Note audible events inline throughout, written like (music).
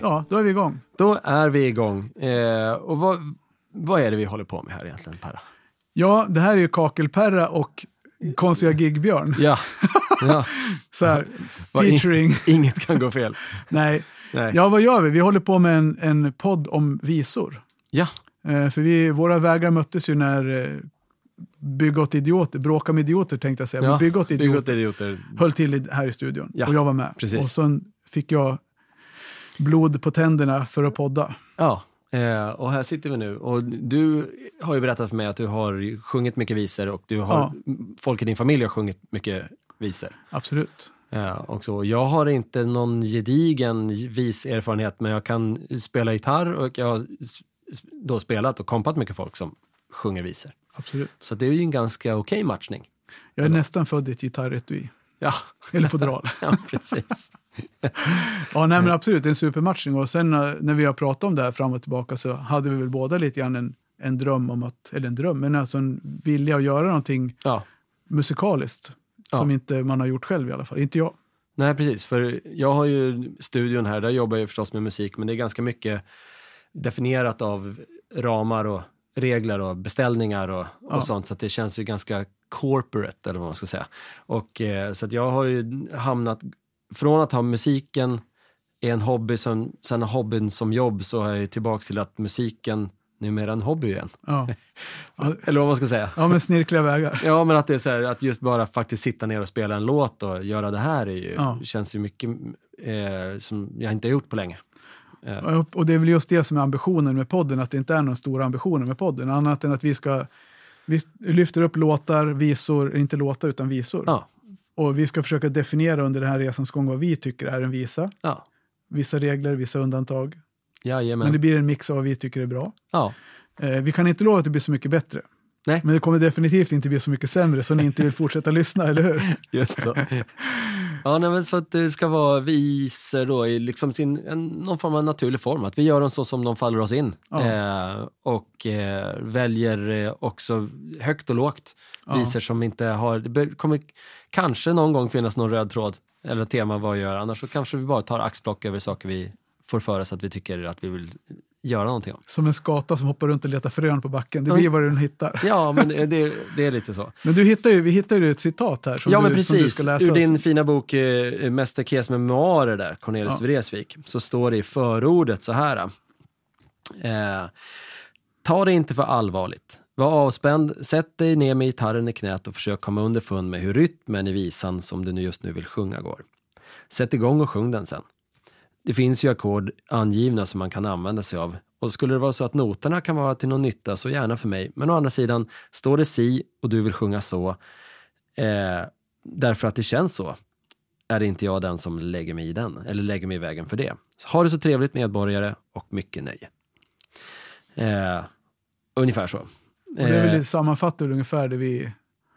Ja, då är vi igång. Då är vi igång. Eh, och vad, vad är det vi håller på med här egentligen, Perra? Ja, det här är ju Kakelperra och konstiga gigbjörn. Ja. (laughs) ja. Så här, Vad in- featuring. Inget kan gå fel. Nej. Nej. Ja, vad gör vi? Vi håller på med en, en podd om visor. Ja. Eh, för vi, våra vägar möttes ju när eh, Bygga åt idioter, Bråka med idioter tänkte jag säga, ja. men Bygga åt idioter idioter. höll till i- här i studion Ja, och jag var med. precis. Och sen fick jag blod på tänderna för att podda. Ja. Eh, och här sitter vi nu. Och du har ju berättat för mig att du har sjungit mycket visor och du har, folk i din familj har sjungit mycket visor. Absolut. Ja, och så. Jag har inte någon gedigen vis erfarenhet, men jag kan spela gitarr och jag har s- s- då spelat och kompat mycket folk som sjunger visor. Absolut. Så det är ju en ganska okej matchning. Jag är nästan född i ett gitarretui. Ja, Eller fodral. (laughs) ja precis. Ja, nej, men absolut, det är en supermatchning. Och sen eh, när vi har pratat om det här fram och tillbaka så hade vi väl båda lite grann en, en dröm om att, eller en dröm, men alltså en vilja att göra någonting Ja. musikaliskt Ja. som inte man har gjort själv i alla fall. Inte jag. Nej, precis. För jag har ju studion här, där jobbar jag förstås med musik, men det är ganska mycket definierat av ramar och regler och beställningar och, Ja. och sånt, så att det känns ju ganska corporate, eller vad man ska säga. Och, eh, så att jag har ju hamnat, från att ha musiken är en hobby, som, sen hobbyn som jobb, så har jag ju tillbaka till att musiken numera är en hobby igen. Ja, Eller vad man ska säga. ja men snirkliga vägar. Ja, men att det är så här, att just bara faktiskt sitta ner och spela en låt och göra det här är ju, Ja. känns ju mycket eh, som jag inte har gjort på länge. Och- Och det är väl just det som är ambitionen med podden, att det inte är några stora ambitioner med podden, annat än att vi ska vi lyfter upp låtar, visor, inte låtar utan visor. Ja, Och vi ska försöka definiera under den här resans gång vad vi tycker är en visa. ja, Vissa regler, vissa undantag. jajamän. Men det blir en mix av vad vi tycker är bra. Ja, Eh, vi kan inte lova att det blir så mycket bättre. Nej. Men det kommer definitivt inte bli så mycket sämre så ni inte vill fortsätta lyssna, eller hur? (laughs) (laughs) just så. ja, nej, men så att det ska vara visor då i liksom sin, en, någon form av naturlig form, att vi gör dem så som de faller oss in. Ja. Eh, och eh, väljer eh, också högt och lågt Ja. visor som inte har, det be- kommer kanske någon gång finnas någon röd tråd eller tema vad vi gör, annars så kanske vi bara tar axplock över saker vi får för oss att vi tycker att vi vill göra någonting om. Som en skata som hoppar runt och letar frön på backen. Det Ja. blir vad den hittar. Ja, men det, det, det är lite så. Men du hittar ju, vi hittar ju ett citat här som, ja, du, men som du precis. ska läsa. Ur din fina bok eh, Mäster Kes memoarer där, Cornelis Ja. Vreeswijk, så står det i förordet så här. Eh, ta det inte för allvarligt. Var avspänd, sätt dig ner med gitarren i knät och försök komma underfund med hur rytmen i visan som du nu just nu vill sjunga går. Sätt igång och sjung den sen. Det finns ju ackord angivna som man kan använda sig av. Och skulle det vara så att noterna kan vara till någon nytta, så gärna för mig. Men å andra sidan, står det si och du vill sjunga så, eh, därför att det känns så, är inte jag den som lägger mig i den, eller lägger mig i vägen för det. Så ha det så trevligt medborgare och mycket nöje. Eh, ungefär så. Och det är Eh, väl sammanfattar väl ungefär det vi,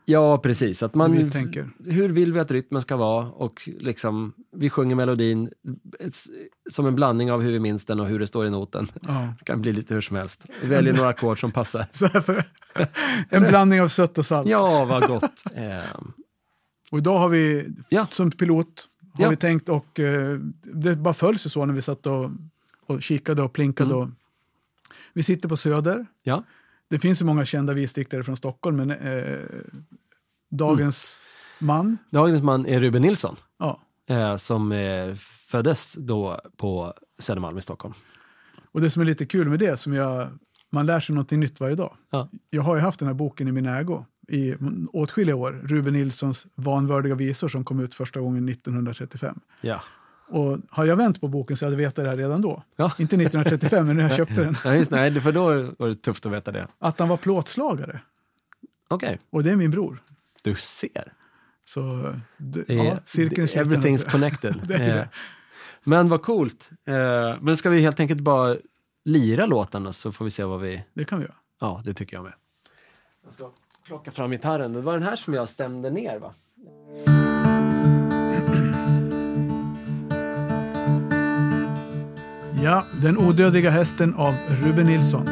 ja, precis. Att man, vi tänker. hur vill vi att rytmen ska vara och liksom, vi sjunger melodin s- som en blandning av hur vi minns den och hur det står i noten. (laughs) Ja. Det kan bli lite hur som helst. Vi väljer några ackord som passar. Så här för, (laughs) en blandning av sött och salt. Ja, vad (laughs) gott. Ehm, Och idag har vi, Ja. som pilot, har Ja. vi tänkt och eh, det bara följs ju så när vi satt och, och kikade och plinkade. Mm. Och, vi sitter på Söder. ja, Det finns ju många kända visdiktare från Stockholm, men eh, dagens man, dagens man är Ruben Nilsson ja. eh, som eh, föddes då på Södermalm i Stockholm. Och det som är lite kul med det, som jag, man lär sig någonting nytt varje dag. Ja. Jag har ju haft den här boken i min ägo i åtskilliga år, Ruben Nilssons vanvördiga visor som kom ut första gången 1935. Ja. Och har jag vänt på boken så hade jag vetat det här redan då. Ja. (laughs) Inte 1935, men när jag köpte den. (laughs) Ja, just, nej, för då var det tufft att veta det. Att han var plåtslagare. Okej, Och det är min bror. du ser. Så det, Det är- ja, cirkeln det- sluten. (laughs) everything's connected. Det är det. Eh, Men vad coolt. Eh, Men ska vi helt enkelt bara lira låten och så får vi se vad vi... Det kan vi göra. Ja, det tycker jag med. Jag ska plocka fram gitarren. Det var den här som jag stämde ner, va? Ja, Den odödliga hästen av Ruben Nilsson.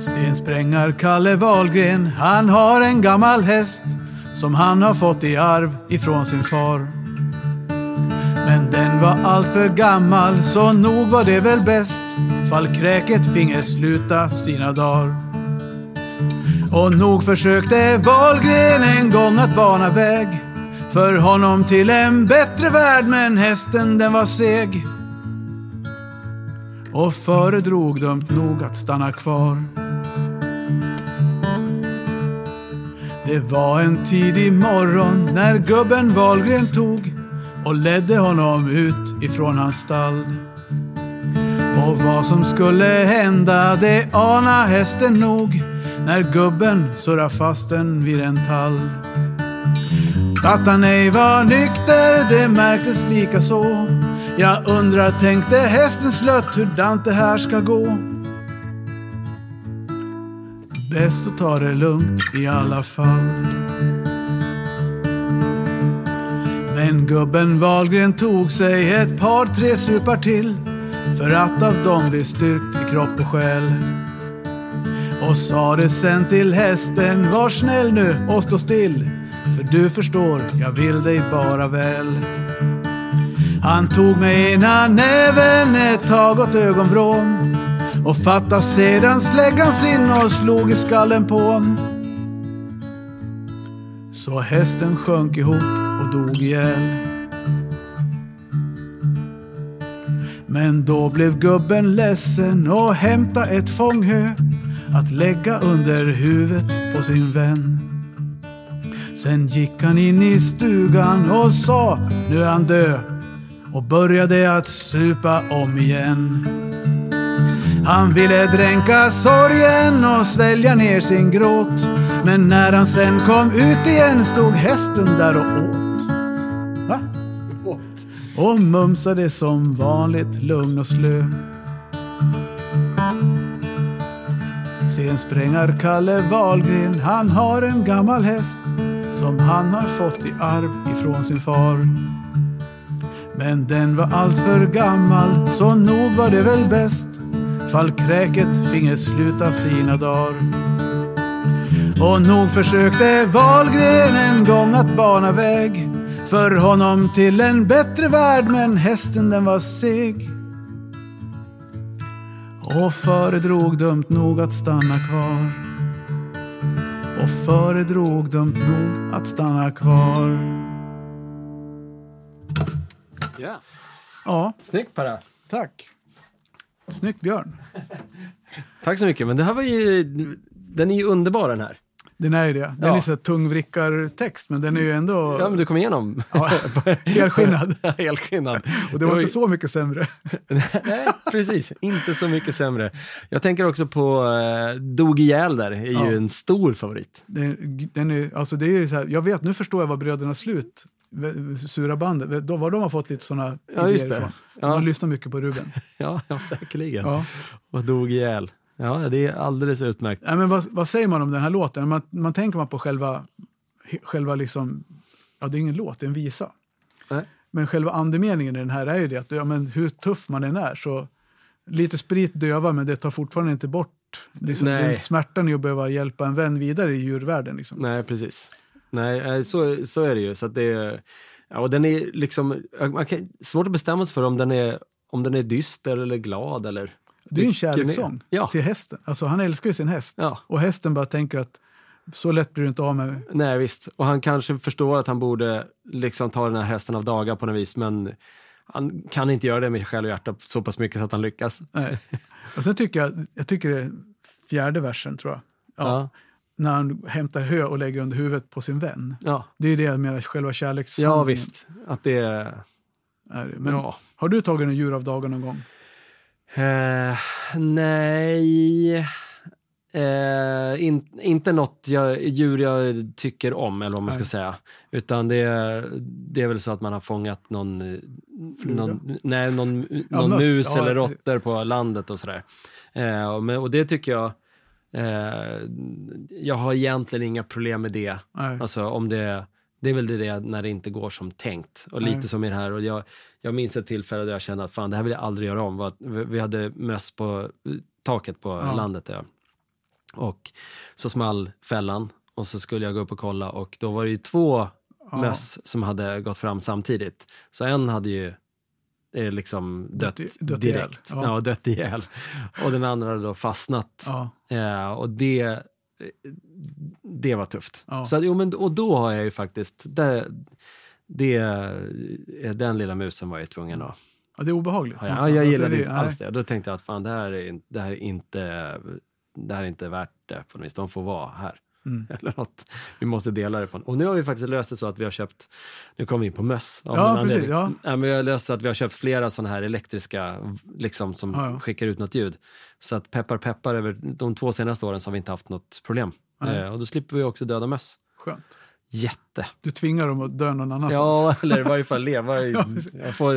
Stensprängare Kalle Wahlgren, han har en gammal häst som han har fått i arv ifrån sin far. Men den var allt för gammal, så nog var det väl bäst. Fall kräket finge sluta sina dagar. Och nog försökte Wahlgren en gång att bana väg för honom till en bättre värld, men hästen den var seg och föredrog dumt nog att stanna kvar. Det var en tidig morgon när gubben Wahlgren tog och ledde honom ut ifrån hans stall. Och vad som skulle hända det ana hästen nog när gubben surra fast den vid en tall. Att han ej var nykter det märktes lika så. Jag undrar tänkte hästen slött hurdant det här ska gå. Bäst att ta det lugnt i alla fall. Men gubben Wahlgren tog sig ett par tre supar till för att av dem bli styrkt i kropp och själ. Och sa det sen till hästen, var snäll nu och stå still. För du förstår, jag vill dig bara väl. Han tog med ena näven ett tag åt ögonvrån och fattade sedan släggan sin och slog i skallen på hon. Så hästen sjönk ihop och dog ihjäl. Men då blev gubben ledsen och hämtade ett fånghö att lägga under huvudet på sin vän. Sen gick han in i stugan och sa nu är han död och började att supa om igen. Han ville dränka sorgen och svälja ner sin gråt. Men när han sen kom ut igen stod hästen där och åt. Va? Och mumsade som vanligt lugn och slö. Sen sprängar Kalle Wahlgren, han har en gammal häst som han har fått i arv ifrån sin far. Men den var allt för gammal, så nog var det väl bäst fall kräket finge sluta sina dagar. Och nog försökte Wahlgren en gång att bana väg för honom till en bättre värld, men hästen den var seg och föredrog dumt nog att stanna kvar. Och föredrog dumt nog att stanna kvar. Ja, Ja, snyggt Perra. tack. Snyggt Björn. Tack så mycket, men det här var ju, den är ju underbar den här. Den är ju det. Den Ja. är så här tungvrickartext, men den är ju ändå Ja, men du kom igenom. ja, (laughs) (laughs) helskinnad. Helskinnad. Och det var inte så mycket sämre. (laughs) Nej, precis. Inte så mycket sämre. Jag tänker också på eh, Dog ihjäl där, är Ja. ju en stor favorit. Den, den är, alltså det är ju så här, jag vet, nu förstår jag vad Bröderna Slut, Sura bandet, de, var de har fått lite sådana Ja, just idéer det. ifrån. Ja. De har lyssnat mycket på (laughs) Ruben. Ja, ja säkerligen. Ja. Och Dog ihjäl. Ja, det är alldeles utmärkt. Nej, men vad, vad säger man om den här låten? Man, man tänker man på själva, själva liksom, ja det är ingen låt, det är en visa. Nej. Men själva andemeningen i den här är ju det att ja, men hur tuff man än är så lite sprit dövar men det tar fortfarande inte bort liksom, Nej. den smärtan i att behöva hjälpa en vän vidare i djurvärlden. Liksom. Nej, precis. Nej, eh, så, så är det ju. Så att det är, ja, och den är liksom, man kan, svårt att bestämma sig för om den är, om den är dyster eller glad eller... Det är ju en Vilken är- kärlekssång Ja. till hästen. Alltså, han älskar ju sin häst Ja. och hästen bara tänker att så lätt blir du inte av med mig. Nej, visst. Och han kanske förstår att han borde liksom ta den här hästen av dagar på något vis, men han kan inte göra det med själ och hjärta så pass mycket så att han lyckas. (laughs) Nej. Och sen tycker jag, jag tycker det är fjärde versen tror jag. Ja. Ja. När han hämtar hö och lägger under huvudet på sin vän. Ja, Det är ju det jag menar, själva kärlekshandlingen. ja visst. Att det är... Är det. Men Ja. Har du tagit en djur av dagen någon gång? Eh, nej, eh, in, inte något jag, djur jag tycker om, eller vad man ska Nej. säga. Utan det är, det är väl så att man har fångat någon, eh, Fluga. någon, nej, någon, Ja, någon möss. mus Ja, eller precis. råttor på landet och sådär. Eh, och, men- och det tycker jag, eh, jag har egentligen inga problem med det. Nej. Alltså om det, det är väl det där när det inte går som tänkt. Och Nej. lite som i det här. Och jag, jag minns ett tillfälle där jag kände att fan, det här vill jag aldrig göra om. Var att Vi vi hade möss på eh, taket på Ja. landet där. Och så small fällan och så skulle jag gå upp och kolla och då var det ju två möss som hade gått fram samtidigt. Så en hade ju eh, liksom dött, Dött i- dött ihjäl. direkt. Ja. Ja. dött ihjäl. Och den andra hade då fastnat. Ja. Eh, och det, eh, det var tufft. Ja. Så att, jo, men, och då har jag ju faktiskt... Det, det, eh, den lilla musen var jag ju tvungen att... ja, det är obehagligt. Ja, jag någonstans. Alltså, gillade det- inte nej. alls det. Då tänkte jag att fan, det här är, det här är, inte, det här är inte värt det på något vis. De får vara här. Mm. (laughs) Eller något. Vi måste dela det på en. Och nu har vi faktiskt löst det så att vi har köpt, nu kom vi in på möss. av Ja, någon precis, anledning. ja. Nej, men vi har löst så att vi har köpt flera sådana här elektriska, liksom som Ja, ja. skickar ut något ljud. Så att peppar peppar, över de två senaste åren så har vi inte haft något problem. Nej. Eh, och då slipper vi också döda möss. Skönt. Jätte. Du tvingar dem att dö någon annanstans. Ja, eller i varje fall leva (laughs) i... Ja, precis. Jag får,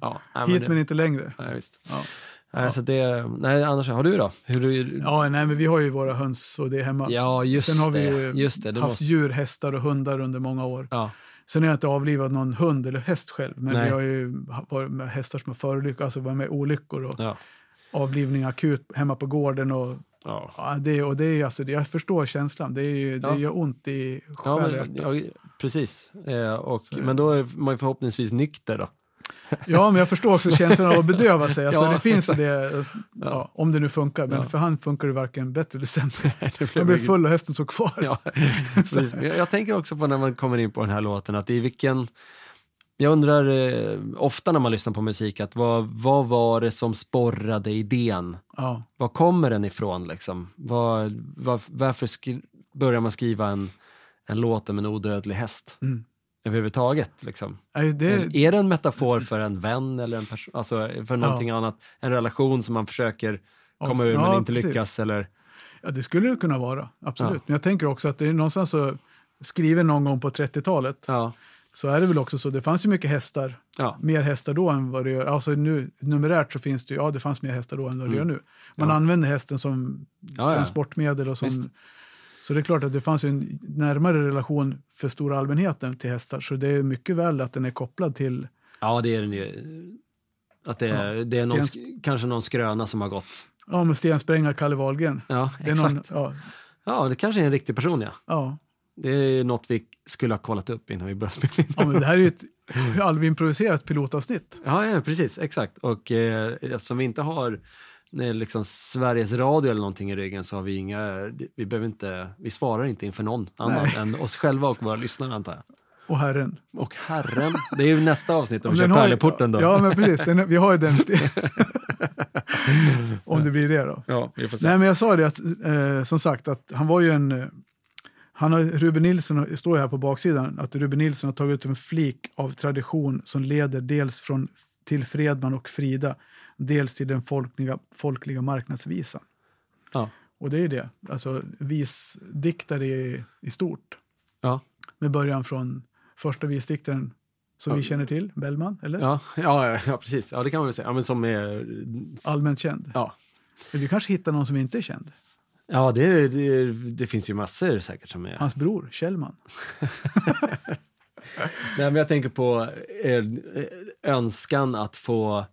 ja, nej, men Hit det- men inte längre. Nej, visst. Ja. Nej, så det, nej, annars, har du då? Hur, ja, Ja, nej, men vi har ju våra höns och det är hemma. ja just, Sen har vi det. ju just det. det haft måste, djur, hästar och hundar under många år. ja, Sen har jag inte avlivat någon hund eller häst själv, men Nej. vi har ju varit med hästar som har förolyckats, alltså varit med i olyckor och ja, avlivning akut hemma på gården. Och, ja. ja, det, och det är, ju alltså, det- jag förstår känslan, det, är ju, Ja. det gör ont i Ja, själ. men, Ja, ja, precis. Eh, och, är det. men då är man ju förhoppningsvis nykter då. men jag förstår också känslan av att bedöva sig. Alltså, (laughs) Ja, det finns ju det, ja, om det nu funkar, men Ja. för han funkar det varken bättre eller (laughs) sämre. Det Han blev full och hästen såg kvar. Ja, precis. Men Jag, jag tänker också på när man kommer in på den här låten, att i vilken... Jag undrar eh, ofta när man lyssnar på musik, att vad, vad var det som sporrade idén? Ja. Var kommer den ifrån? Liksom? Var, var, varför skri- börjar man skriva en, en låt om en odödlig häst? Mm. Överhuvudtaget. Liksom. Nej, det, Är det en metafor för en vän eller en person, alltså för någonting annat? En relation som man försöker komma ur men Ja, inte precis. lyckas? Eller, Ja, det skulle det kunna vara, absolut. Ja. Men jag tänker också att det är någonstans så, skriven någon gång på 30-talet, ja, så är det väl också så, det fanns ju mycket hästar, ja, mer hästar då än vad det gör, alltså nu, numerärt så finns det ju, ja det fanns mer hästar då än vad det Mm. gör nu. Man Ja. använde hästen som ja, ja. transportmedel och som, Visst. så det är klart att det fanns ju en närmare relation för stora allmänheten till hästar, så det är mycket väl att den är kopplad till, ja, det är den ju. Att det är, Ja, det är någon, stens- sk- kanske någon skröna som har gått. ja men stensprängare Kalle Wahlgren. Ja, Det är exakt. någon- ja, Ja, det kanske är en riktig person, ja. ja. Det är något vi skulle ha kollat upp innan vi började spela in. ja, men det här är ju ett (laughs) halvimproviserat pilotavsnitt. Ja, ja precis. Exakt. Och eh, eftersom vi inte har eh, liksom Sveriges Radio eller någonting i ryggen så har vi inga, vi behöver inte, vi svarar inte inför någon annan än oss själva och våra lyssnare antar jag. Och Herren. Och Herren, det är ju nästa avsnitt om vi Men kör den har ju- pärleporten då. Ja, men precis. Den, vi har ju den. (laughs) Om det blir det då. Ja, vi får se. Nej, men jag sa det att, eh, som sagt, att han var ju en... eh, Han har, Ruben Nilsson har- står ju här på baksidan, att Ruben Nilsson har tagit ut en flik av tradition som leder dels från, till Fredman och Frida, dels till den folkliga, folkliga marknadsvisan. Ja. Och det är ju det, alltså visdiktare i, i stort. Ja. Med början från första visdiktaren som vi känner till, Bellman, eller? Ja, ja, ja, precis. Ja, det kan man väl säga. Ja, men som är... allmänt känd. Ja, Men Vi kanske hittar någon som inte är känd. ja det, är- det, är- det finns ju massor säkert som är... Hans bror, Kjellman. Nej, men jag tänker på eh, önskan att få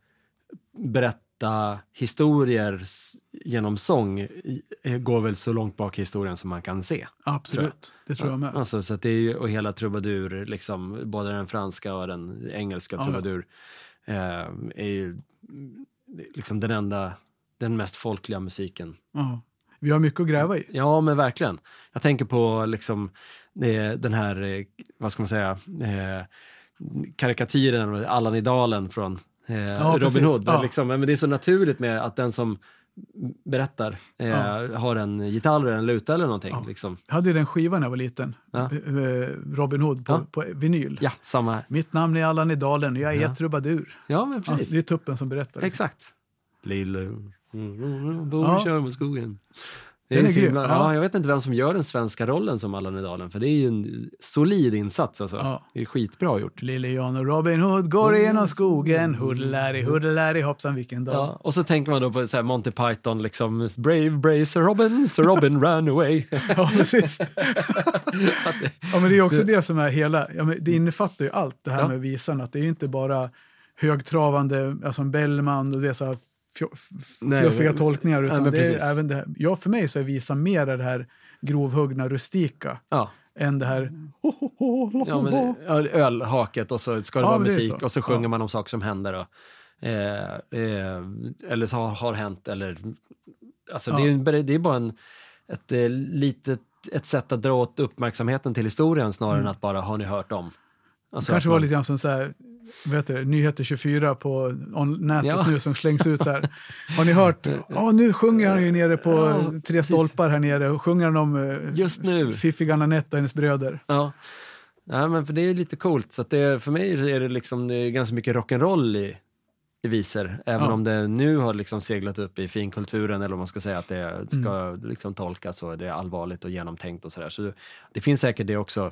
berätta historier s- genom sång i- eh, går väl så långt bak i historien som man kan se. Absolut, det tror jag med. Alltså, så att det är ju, och hela trubadur, liksom, både den franska och den engelska Ja, ja. trubadur, eh, är ju mm, liksom den enda, den mest folkliga musiken Ja. Vi har mycket att gräva i. Ja, men verkligen. Jag tänker på liksom, eh, den här, eh, vad ska man säga, eh, karikatyren av Allan i dalen från eh, Robin precis. Hood. Ja. Liksom, men det är så naturligt med att den som berättar eh, Ja. har en gitarr eller en luta eller någonting. Ja. Liksom. Jag hade ju den skivan när jag var liten, Ja. eh, eh, Robin Hood på, Ja. på vinyl. ja samma här. Mitt namn är Allan i dalen och jag är Ja. trubadur. Ja, men precis. Alltså, det är tuppen som berättar. Exakt. Lille Ja. bor kör mot skogen. Det är Den är så grym. himla- Ja. ja, jag vet inte vem som gör den svenska rollen som Allan i dalen, för det är ju en solid insats. Alltså. Ja. Det är skitbra gjort. Lille Jan och Robin Hood går Mm. genom skogen, hoodlary, hoodlary, hoppsan vilken dag. Ja, och så tänker man då på så här Monty Python, liksom Brave, brave Sir Robin, (laughs) Sir Robin ran away. Ja, (laughs) precis. ja, men det är också det som är hela, ja, men det innefattar ju allt det här Mm. Ja. med visan, att det är ju inte bara högtravande, alltså en Bellman och det är så här fjo- f- Nej, fluffiga men- tolkningar. nej, Utan men det precis. är även det här. Ja, för mig så är visa mer det här grovhuggna, rustika Ja, än det här... Mm. "Ho, ho, ho, (laughs) lo, ja men ho, ho." ö- ölhaket och så ska det Ja, vara men det är musik så. och så sjunger Ja. man om saker som händer. Och, eh, eh, eller så har, har hänt eller... Alltså Ja. det, är, ju bara- det är bara en, ett eh, litet ett sätt att dra åt uppmärksamheten till historien snarare än att bara, har ni hört om? Mm. Det Alltså, kanske att var man- lite grann som så här, vet du, Nyheter 24 på on- nätet Ja. nu som slängs ut så här. Har ni (laughs) hört? Ja, nu sjunger han ju nere på Ja, eh, Tre precis. stolpar här nere. Och sjunger han om eh, Just nu. fiffiga Anette och hennes bröder. Ja. Nej, men för det är lite coolt. Så att det, för mig är det, liksom, det är ganska mycket rock'n'roll i, i visor. Även Ja. om det nu har liksom seglat upp i finkulturen eller om man ska säga att det ska Mm. liksom tolkas och det är allvarligt och genomtänkt och sådär. Så det finns säkert det också.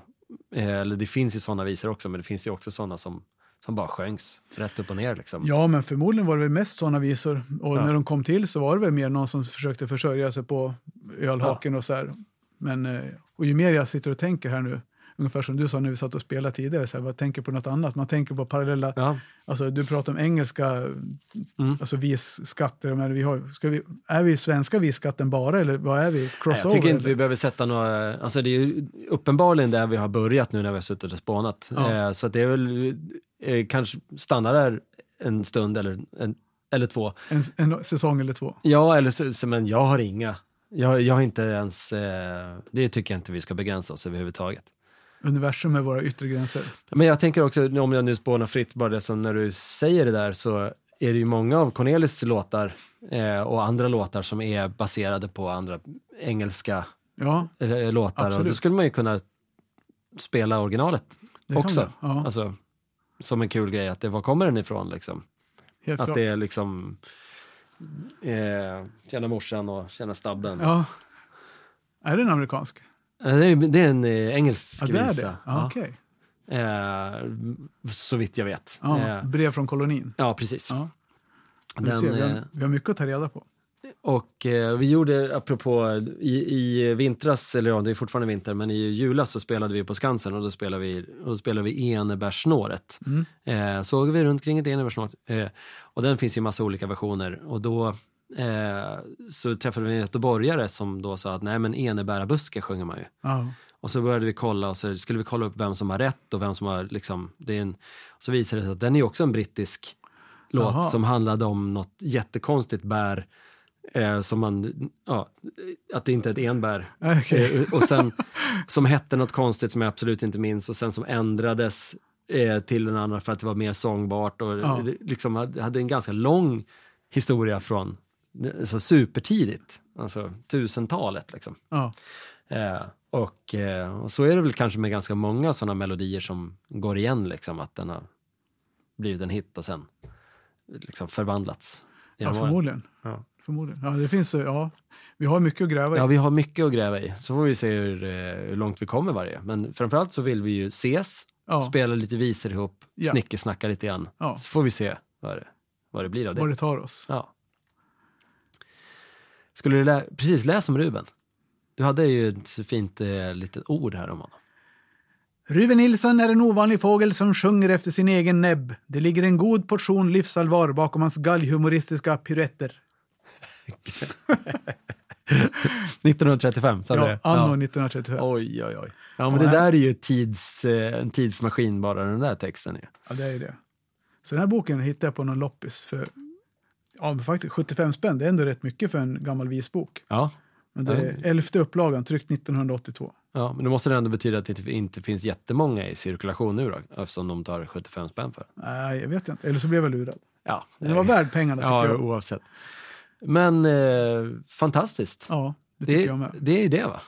Eh, Eller det finns ju sådana visor också, men det finns ju också sådana som, som bara sjöngs rätt upp och ner. Liksom. Ja, men förmodligen var det väl mest sådana visor. Och Ja. när de kom till så var det väl mer någon som försökte försörja sig på ölhaken och så här. Men, eh, och ju mer jag sitter och tänker här nu, ungefär som du sa när vi satt och spelade tidigare, så här, jag tänker på något annat. Man tänker på parallella, Ja. alltså du pratar om engelska, Mm. alltså visskatter, men vi har, ska vi, är vi svenska visskatten bara eller vad är vi? Nej, Crossover? Jag tycker inte eller? vi behöver sätta några... Alltså det är ju uppenbarligen där vi har börjat nu när vi har suttit och spånat. Ja. Eh, så att det är väl eh, kanske stanna där en stund eller, en, eller två. en, en säsong eller två. Ja, eller så, så, men jag har inga. Jag, jag har inte ens... Eh, det tycker jag inte vi ska begränsa oss överhuvudtaget. Universum är våra yttre gränser. Men jag tänker också, om jag nu spånar fritt, bara det som när du säger det där så är det ju många av Cornelis låtar eh, och andra låtar som är baserade på andra engelska Ja, eh, låtar. Och då Absolut. skulle man ju kunna spela originalet det också. kan vi. Ja, Alltså, som en kul grej, att det, var kommer den ifrån? Liksom? helt Att klart. det är liksom... Eh, tjena morsan och tjena stabben. Ja. Är den amerikansk? Eh, Det, är, det är en eh, engelsk Ja, det är visa. det. Ja, okej. Ja. Eh, så vitt jag vet. Ja, Eh, brev från kolonin. ja precis. Ja, vi, Den, ser, vi, eh, har, vi har mycket att ta reda på. Och eh, vi gjorde, apropå, i, i vintras, eller ja, det är fortfarande vinter, men i julas så spelade vi på Skansen och då spelade vi, och då spelade vi Enebärsnåret. Mm. Eh, såg vi runt kring ett Enebärsnåret. Eh, och den finns ju en massa olika versioner. Och då eh, så träffade vi en göteborgare som då sa att nej men enebärabuske sjunger man ju. Ja. Och så började vi kolla och så skulle vi kolla upp vem som har rätt och vem som har liksom, det är en, så visade det sig att den är ju också en brittisk låt Jaha. som handlade om något jättekonstigt bär eh, som man, ja, att det inte är ett enbär. Okej. Eh, (laughs) och sen som hette något konstigt som jag absolut inte minns och sen som ändrades eh, till den andra för att det var mer sångbart och Ja. det liksom hade hade en ganska lång historia från så supertidigt, alltså tusentalet liksom. Ja. Eh, och, eh, och så är det väl kanske med ganska många sådana melodier som går igen, liksom, att den har blivit en hit och sen liksom förvandlats. ja, genom åren. förmodligen. Ja. Förmodligen. Ja, det finns, eh, ja. Vi har mycket att gräva i. Ja, vi har mycket att gräva i. Så får vi se hur, eh, hur långt vi kommer varje. Men framförallt så vill vi ju ses, Ja. spela lite visor ihop, Ja. snickesnacka lite grann. Ja. Så får vi se vad det, vad det blir av det. Var det tar oss. Ja. Skulle du lä- precis läsa om Ruben? Du hade ju ett fint eh, litet ord här om honom. Ruben Nilsson är en ovanlig fågel som sjunger efter sin egen näbb. Det ligger en god portion livsallvar bakom hans galghumoristiska piruetter. 1935 sa du? Ja, det? anno 1935. Oj, oj, oj. Ja, men det där är ju tids, eh, en tidsmaskin bara, den där texten. Är. Ja, det är ju det. Så den här boken hittade jag på någon loppis för ja, men faktiskt 75 spänn. Det är ändå rätt mycket för en gammal visbok. Ja. Men det är elfte upplagan, tryckt 1982. ja, men det måste det ändå betyda att det inte finns jättemånga i cirkulation nu då, eftersom de tar 75 spänn för. Nej, jag vet inte. Eller så blev jag lurad. Ja, Men Det var värd pengarna tycker Ja, jag. oavsett. Men eh, fantastiskt. Ja, det tycker det, jag med. det är ju det, va?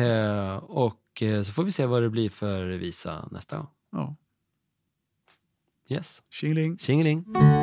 Eh, och eh, så får vi se vad det blir för visa nästa gång. Ja. Yes. Tjingeling. Tjingeling!